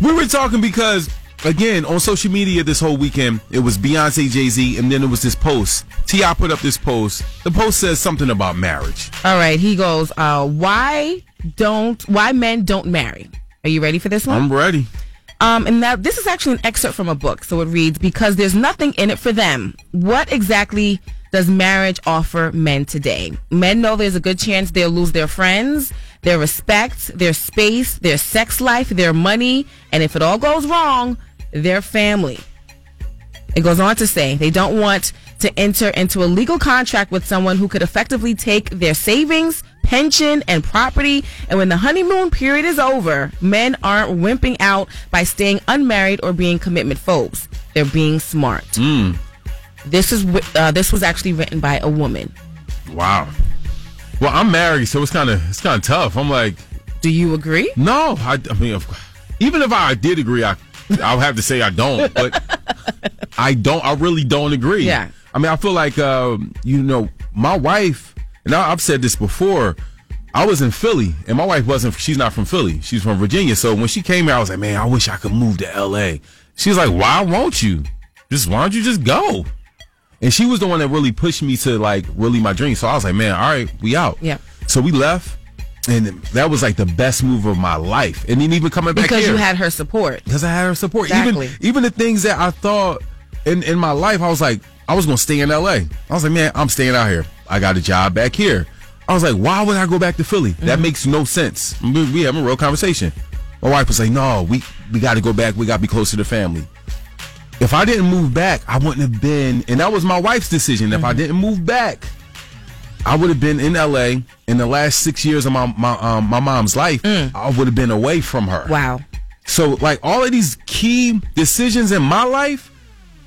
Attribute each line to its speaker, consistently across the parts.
Speaker 1: we were talking because again on social media this whole weekend it was Beyonce, Jay Z, and then it was this post. Ti put up this post. The post says something about marriage.
Speaker 2: All right, he goes, uh, why don't why men don't marry? Are you ready for this one?
Speaker 1: I'm ready.
Speaker 2: Um, and now this is actually an excerpt from a book. So it reads, because there's nothing in it for them. What exactly does marriage offer men today? Men know there's a good chance they'll lose their friends, their respect, their space, their sex life, their money, and if it all goes wrong, their family. It goes on to say they don't want to enter into a legal contract with someone who could effectively take their savings, pension, and property. And when the honeymoon period is over, men aren't wimping out by staying unmarried or being commitment phobes. They're being smart. This is wh- uh, this was actually written by a woman.
Speaker 1: Wow. Well, I'm married, so it's kind of it's kind of tough. I'm like,
Speaker 2: Do you agree?
Speaker 1: no, I, I mean, of- even if I did agree, I I'll have to say I don't. But I don't. I really don't agree.
Speaker 2: Yeah.
Speaker 1: I mean, I feel like um, you know, my wife, and I, I've said this before. I was in Philly, and my wife wasn't. She's not from Philly. She's from Virginia. So when she came here, I was like, man, I wish I could move to L.A. She was like, why won't you? Just why don't you just go? And she was the one that really pushed me to like really my dream. So I was like, man, all right, we out.
Speaker 2: Yeah.
Speaker 1: So we left, and that was like the best move of my life. And then even coming back
Speaker 2: Because
Speaker 1: here,
Speaker 2: you had her support.
Speaker 1: because I had her support.
Speaker 2: Exactly.
Speaker 1: Even even the things that I thought in in my life, I was like, I was gonna stay in LA. I was like, man, I'm staying out here. I got a job back here. I was like, why would I go back to Philly? That makes no sense. We, we having a real conversation. My wife was like, no, we we got to go back. We got to be close to the family. If I didn't move back, I wouldn't have been. And that was my wife's decision. If I didn't move back, I would have been in LA in the last six years of my my um, my mom's life. I would have been away from her.
Speaker 2: Wow.
Speaker 1: So like all of these key decisions in my life,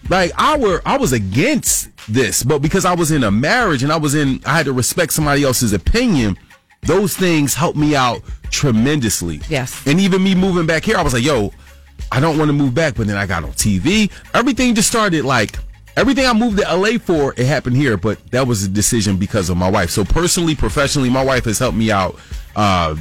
Speaker 1: like I were I was against this, but because I was in a marriage and I was in I had to respect somebody else's opinion, those things helped me out tremendously.
Speaker 2: Yes.
Speaker 1: And even me moving back here, I was like, yo, I don't want to move back, but then I got on TV. Everything just started like everything I moved to LA for, it happened here, but that was a decision because of my wife. So personally, professionally, my wife has helped me out uh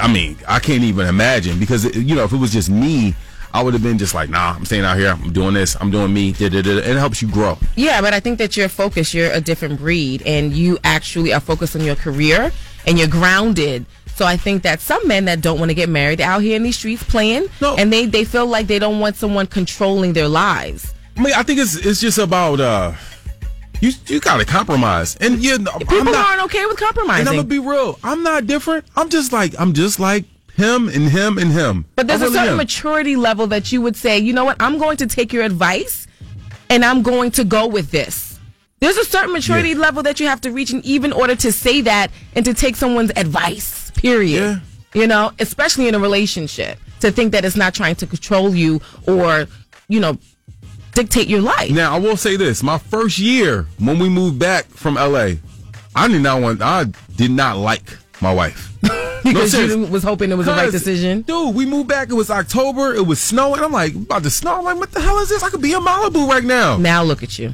Speaker 1: I mean, I can't even imagine because you know, if it was just me, I would have been just like, nah, I'm staying out here. I'm doing this. I'm doing me. Da, da, da. And it helps you grow.
Speaker 2: Yeah, but I think that you're focused. You're a different breed, and you actually are focused on your career and you're grounded. So I think that some men that don't want to get married out here in these streets playing,
Speaker 1: No.
Speaker 2: and they they feel like they don't want someone controlling their lives.
Speaker 1: I mean, I think it's it's just about uh, you you gotta compromise. And yeah, no, I'm
Speaker 2: People
Speaker 1: not.
Speaker 2: aren't okay with
Speaker 1: And I'm
Speaker 2: compromising.
Speaker 1: gonna be real. I'm not different. I'm just like I'm just like him and him and him.
Speaker 2: but there's
Speaker 1: I
Speaker 2: a
Speaker 1: really
Speaker 2: certain
Speaker 1: am.
Speaker 2: maturity level that you would say, you know what, I'm going to take your advice, and I'm going to go with this. There's a certain maturity
Speaker 1: Yeah.
Speaker 2: level that you have to reach in even order to say that and to take someone's advice. Period.
Speaker 1: Yeah.
Speaker 2: you know, especially in a relationship, to think that it's not trying to control you or, you know, dictate your life.
Speaker 1: Now I will say this: my first year when we moved back from LA, I did not want. I did not like my wife.
Speaker 2: because
Speaker 1: no,
Speaker 2: you
Speaker 1: serious.
Speaker 2: didn't- was hoping it was the right
Speaker 1: Cause,
Speaker 2: decision.
Speaker 1: Dude, we moved back. It was October. It was snowing. I'm like, about to snow. I'm like, what the hell is this? I could be in Malibu right now.
Speaker 2: Now look at you.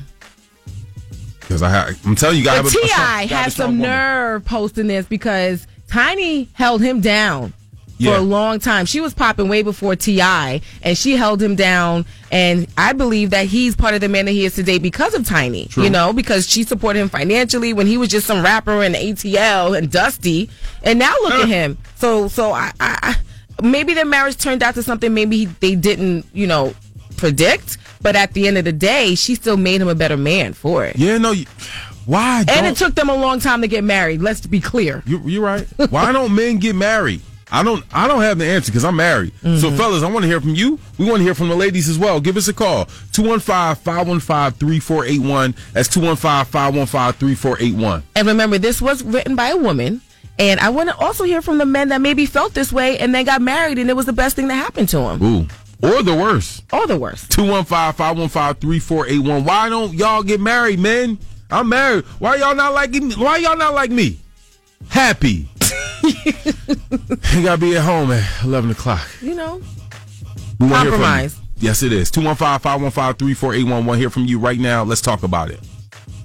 Speaker 1: Because I, ha- I'm telling you, you gotta
Speaker 2: But
Speaker 1: have a- a strong-
Speaker 2: T.I.
Speaker 1: gotta have a
Speaker 2: had
Speaker 1: strong
Speaker 2: some
Speaker 1: woman.
Speaker 2: nerve posting this because Tiny held him down
Speaker 1: Yeah.
Speaker 2: for a long time. She was popping way before T.I. and she held him down. And I believe that he's part of the man that he is today because of Tiny,
Speaker 1: True.
Speaker 2: you know, because she supported him financially when he was just some rapper in ATL and Dusty. And now look
Speaker 1: Huh.
Speaker 2: at him. So, so I, I, I- maybe their marriage turned out to something maybe he, they didn't, you know, predict. But at the end of the day, she still made him a better man for it.
Speaker 1: Yeah, no. You, why? don't-
Speaker 2: And it took them a long time to get married. Let's be clear.
Speaker 1: You, you're right. Why don't men get married? I don't. I don't have the answer because I'm married.
Speaker 2: Mm-hmm.
Speaker 1: So, fellas, I want to hear from you. We want to hear from the ladies as well. Give us a call 215-515-3481. That's 215-515-3481.
Speaker 2: And remember, this was written by a woman. And I want to also hear from the men that maybe felt this way and then got married and it was the best thing that happened to them.
Speaker 1: Ooh, or the worst.
Speaker 2: Or the worst.
Speaker 1: 215-515-3481. Why don't y'all get married, men? I'm married. Why y'all not like me? Why y'all not like me? Happy. you gotta be at home at eleven o'clock.
Speaker 2: You know?
Speaker 1: We wanna hear from you.
Speaker 2: Compromise.
Speaker 1: Yes, it is. 215-515-3481. We'll hear from you right now. Let's talk about it.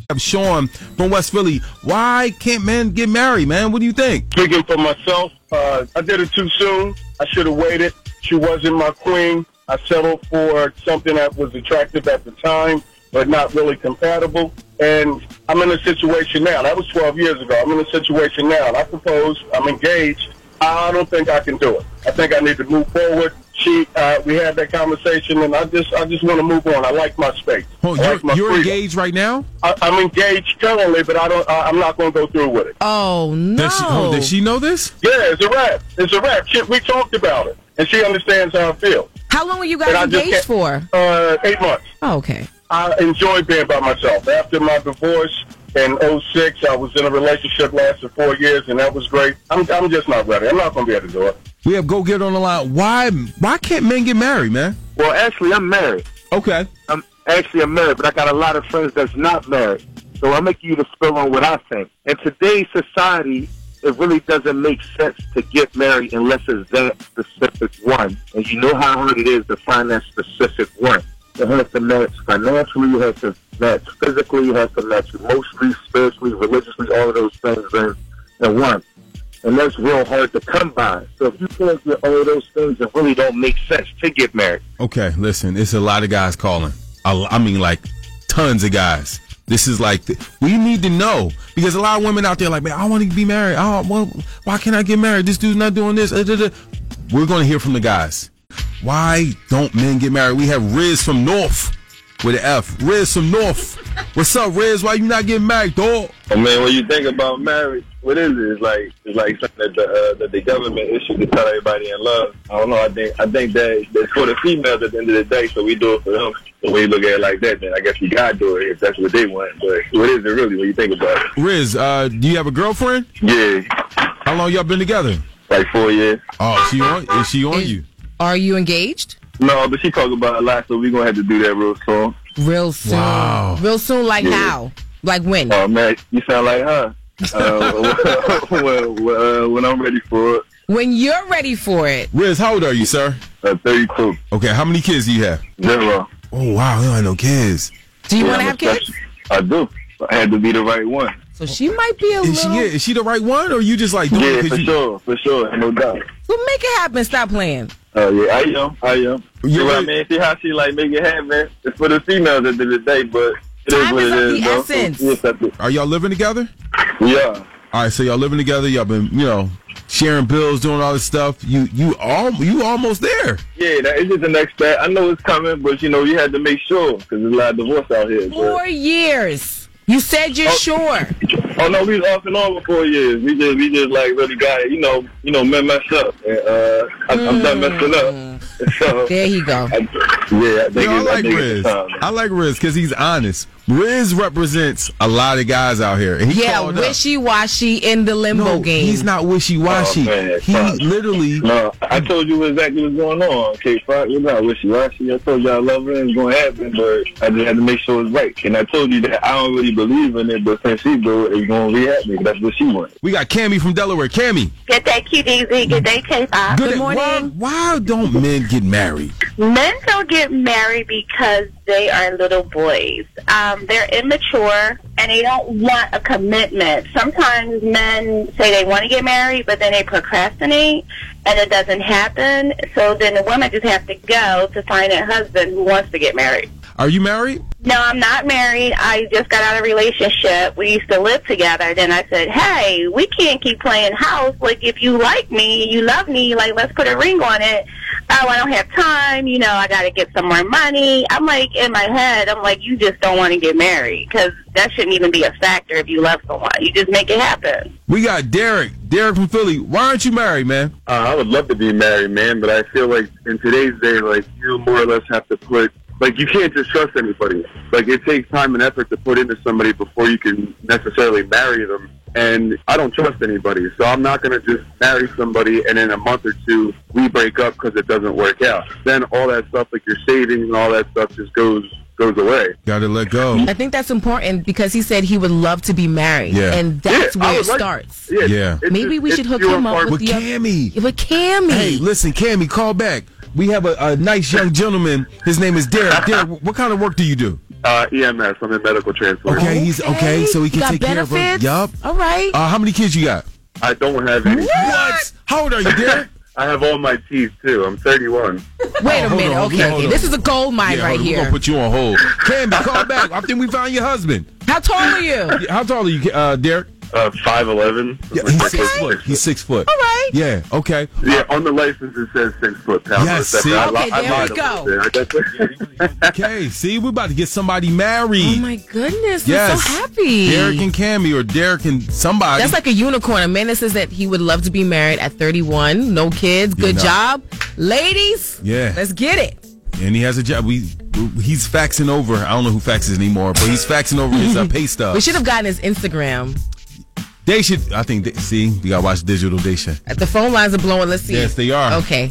Speaker 1: I'm Sean from West Philly. Why can't men get married, man? What do you think?
Speaker 3: Speaking for myself, uh, I did it too soon. I should have waited. She wasn't my queen. I settled for something that was attractive at the time, but not really compatible. And I'm in a situation now. That was 12 years ago. I'm in a situation now. And I propose. I'm engaged. I don't think I can do it. I think I need to move forward. She, uh, we had that conversation, and I just, I just want to move on. I like my space.
Speaker 1: Hold on,
Speaker 3: I
Speaker 1: you're,
Speaker 3: like my
Speaker 1: you're
Speaker 3: freedom.
Speaker 1: engaged right now?
Speaker 3: I, I'm engaged currently, but I don't. I, I'm not going to go through with it.
Speaker 2: Oh no!
Speaker 1: Does she, hold, does she know this?
Speaker 3: Yeah, it's a wrap. It's a wrap. She, we talked about it, and she understands how I feel.
Speaker 2: How long were you
Speaker 3: And I
Speaker 2: guys
Speaker 3: just
Speaker 2: engaged
Speaker 3: can't-
Speaker 2: for?
Speaker 3: Uh, eight months.
Speaker 2: Oh, okay.
Speaker 3: I enjoy being by myself. After my divorce in '06, I was in a relationship lasted four years, and that was great. I'm, I'm just not ready. I'm not going to be able to do it.
Speaker 1: We have go get on the line. Why why can't men get married, man?
Speaker 4: Well, actually, I'm married.
Speaker 1: Okay.
Speaker 4: I'm actually I'm married, but I got a lot of friends that's not married. So I'm gonna give you the spill on what I think. In today's society, it really doesn't make sense to get married unless it's that specific one, and you know how hard it is to find that specific one. It has to match financially, it has to match physically, it has to match emotionally, spiritually, religiously, all of those things in, in one. And that's real hard to come by. So if you can't get all of those things, it really don't make sense to get married.
Speaker 1: Okay, listen, it's a lot of guys calling. A lo- I mean, like, tons of guys. This is like, th- we need to know because a lot of women out there, like, man, I want to be married. Oh, well, why can't I get married? This dude's not doing this. Uh, duh, duh. We're going to hear from the guys. Why don't men get married? We have Riz from North with an F. Riz from North. What's up, Riz? Why you not getting married, dog?
Speaker 5: I mean, when you think about marriage, what is it? It's like it's like something that the, uh, that the government issued to tell everybody in love. I don't know. I think I think that it's for the females at the end of the day. So we do it for them. So when you look at it like that, then I guess you gotta do it if that's what they want. But what is it really when you think about it?
Speaker 1: Riz, uh, do you have a girlfriend?
Speaker 5: Yeah,
Speaker 1: How long y'all been together?
Speaker 5: like four years.
Speaker 1: Oh, she on? Is she on
Speaker 2: Is-
Speaker 1: you?
Speaker 2: Are you engaged?
Speaker 5: No, but she talk about it a lot, so we gonna have to do that real soon.
Speaker 2: Real soon.
Speaker 1: Wow.
Speaker 2: Real soon, like how? Like when?
Speaker 5: Oh man, you sound like her. Uh, well, well, uh, when I'm ready for it,
Speaker 2: When you're ready for it.
Speaker 1: Riz, how old are you, sir?
Speaker 5: uh, 32,
Speaker 1: Okay, how many kids do you have?
Speaker 5: zero.
Speaker 1: Oh wow, you don't have no kids.
Speaker 2: Do you want to
Speaker 5: I'm
Speaker 2: have kids?
Speaker 5: special. I do. I had to be the right one.
Speaker 2: So she might be a
Speaker 1: Is she
Speaker 2: little.
Speaker 1: yeah, is she the right one or you just like doing
Speaker 5: Yeah,
Speaker 1: it 'cause
Speaker 5: for
Speaker 1: you,
Speaker 5: sure, for sure, no doubt.
Speaker 2: So make it happen. Stop playing.
Speaker 5: Oh yeah, I am, I am.
Speaker 1: You
Speaker 5: You know what I
Speaker 1: really-
Speaker 5: mean? See how she like make it happen? It's for the females at the end of the day, but it is
Speaker 2: Time
Speaker 5: what
Speaker 2: is
Speaker 5: it
Speaker 2: of
Speaker 5: is,
Speaker 2: the
Speaker 5: though.
Speaker 2: essence.
Speaker 5: We accept it.
Speaker 1: Are y'all living together?
Speaker 5: Yeah,
Speaker 1: All right, so y'all living together. Y'all been you know sharing bills, doing all this stuff. You you all you almost there.
Speaker 5: yeah. That is just the next step. I know it's coming, but you know you had to make sure because there's a lot of divorce out here. But,
Speaker 2: Four years. You said you're sure.
Speaker 5: oh no, we was off and on for four years. We just we just like really got it. You know, you know, men mess up, and uh, I'm, I'm done messing
Speaker 2: Mm.
Speaker 5: up. So
Speaker 2: There you go.
Speaker 5: I, yeah, I think,
Speaker 1: Yo, I
Speaker 5: it's, I
Speaker 1: like
Speaker 5: think it's
Speaker 1: Riz.
Speaker 5: the time. man.
Speaker 1: I like Riz because he's honest. Riz represents a lot of guys out here. And he
Speaker 2: Yeah,
Speaker 1: called up.
Speaker 2: wishy washy in the limbo
Speaker 1: No,
Speaker 2: game.
Speaker 1: he's not wishy washy.
Speaker 5: Oh, man,
Speaker 1: he
Speaker 5: fuck.
Speaker 1: literally
Speaker 5: No, I told you exactly what's going on. Okay, fuck, you're not wishy washy. I told you I love her and it's gonna happen, but I just had to make sure it's right. And I told you that I don't really believe in it, but since she do, it's gonna be happening. That's what she wants.
Speaker 1: we got Cammy from Delaware. Cammy,
Speaker 6: Get that QDZ, get that K5.
Speaker 1: good, Why,
Speaker 2: morning.
Speaker 1: why don't men get married?
Speaker 6: Men don't get married because they are little boys. Um, they're immature and they don't want a commitment. Sometimes men say they want to get married, but then they procrastinate and it doesn't happen. So then the women just have to go to find a husband who wants to get married.
Speaker 1: Are you married?
Speaker 6: No, I'm not married. I just got out of a relationship. We used to live together. Then I said, hey, we can't keep playing house. Like, if you like me, you love me, like, let's put a ring on it. Oh, I don't have time. You know, I got to get some more money. I'm like, in my head, I'm like, you just don't want to get married because that shouldn't even be a factor if you love someone. You just make it happen.
Speaker 1: We got Derek. Derek from Philly. Why aren't you married, man?
Speaker 5: Uh, I would love to be married, man, but I feel like in today's day, like you more or less have to put like you can't just trust anybody. Like it takes time and effort to put into somebody before you can necessarily marry them. And I don't trust anybody, so I'm not gonna just marry somebody and in a month or two we break up because it doesn't work out. Then all that stuff, like your savings and all that stuff, just goes goes away.
Speaker 1: Got to let go.
Speaker 2: I think that's important because he said he would love to be married.
Speaker 1: Yeah.
Speaker 2: And that's
Speaker 5: Yeah, I
Speaker 2: where it
Speaker 5: would like-
Speaker 2: starts.
Speaker 5: Yeah,
Speaker 1: Yeah.
Speaker 5: it's
Speaker 2: Maybe
Speaker 5: just-
Speaker 2: we
Speaker 5: it's
Speaker 2: should hook
Speaker 5: few
Speaker 2: him
Speaker 5: and
Speaker 2: up
Speaker 5: far
Speaker 2: with,
Speaker 1: With
Speaker 2: the other-
Speaker 1: Cammy.
Speaker 2: With Cammy.
Speaker 1: Hey, listen, Cammy, call back. We have a, a nice young gentleman. His name is Derek. Derek, what kind of work do you do?
Speaker 5: Uh, EMS. I'm in medical transport.
Speaker 1: Okay, he's okay, so he can
Speaker 2: got
Speaker 1: take
Speaker 2: benefits.
Speaker 1: care of him. Yup.
Speaker 2: All right.
Speaker 1: Uh, how many Uh, kids you got?
Speaker 5: I don't have any.
Speaker 1: What? How old are you, Derek?
Speaker 5: I have all my teeth too. I'm 31.
Speaker 2: Wait a
Speaker 1: hold
Speaker 2: minute.
Speaker 1: on,
Speaker 2: okay,
Speaker 1: yeah, hold
Speaker 2: okay.
Speaker 1: on.
Speaker 2: this is a gold mine
Speaker 1: Yeah,
Speaker 2: right
Speaker 1: hold on, We're
Speaker 2: here.
Speaker 1: gonna put you on hold. Candy, call back. I think we found your husband.
Speaker 2: How tall are you? All
Speaker 1: How tall are you, uh, Derek?
Speaker 5: Uh, 5'11.
Speaker 1: he's six foot. He's six foot.
Speaker 2: right.
Speaker 1: Yeah. Okay.
Speaker 5: Yeah, on the license it says six foot pounds.
Speaker 1: Yes,
Speaker 5: That's-
Speaker 1: see?
Speaker 5: I li-
Speaker 2: Okay,
Speaker 5: I
Speaker 2: there
Speaker 5: lied
Speaker 2: we
Speaker 5: a
Speaker 2: go.
Speaker 5: little bit. I guess-
Speaker 1: Okay. See, we're about to get somebody
Speaker 2: Oh
Speaker 1: married.
Speaker 2: my goodness. I'm
Speaker 1: yes.
Speaker 2: so happy.
Speaker 1: Derek and Cammy, or Derek and somebody.
Speaker 2: That's like a unicorn. A man that says that he would love to be married at 31, no kids, good
Speaker 1: no.
Speaker 2: job. Ladies,
Speaker 1: Yeah.
Speaker 2: let's get it.
Speaker 1: and he has a job. We he's faxing over. I don't know who faxes anymore, but he's faxing over his uh, pay
Speaker 2: We
Speaker 1: stub.
Speaker 2: should have gotten his Instagram.
Speaker 1: they should. I think. They, see, we got to watch digital. They should.
Speaker 2: The phone lines are blowing. Let's see.
Speaker 1: Yes, they are.
Speaker 2: Okay.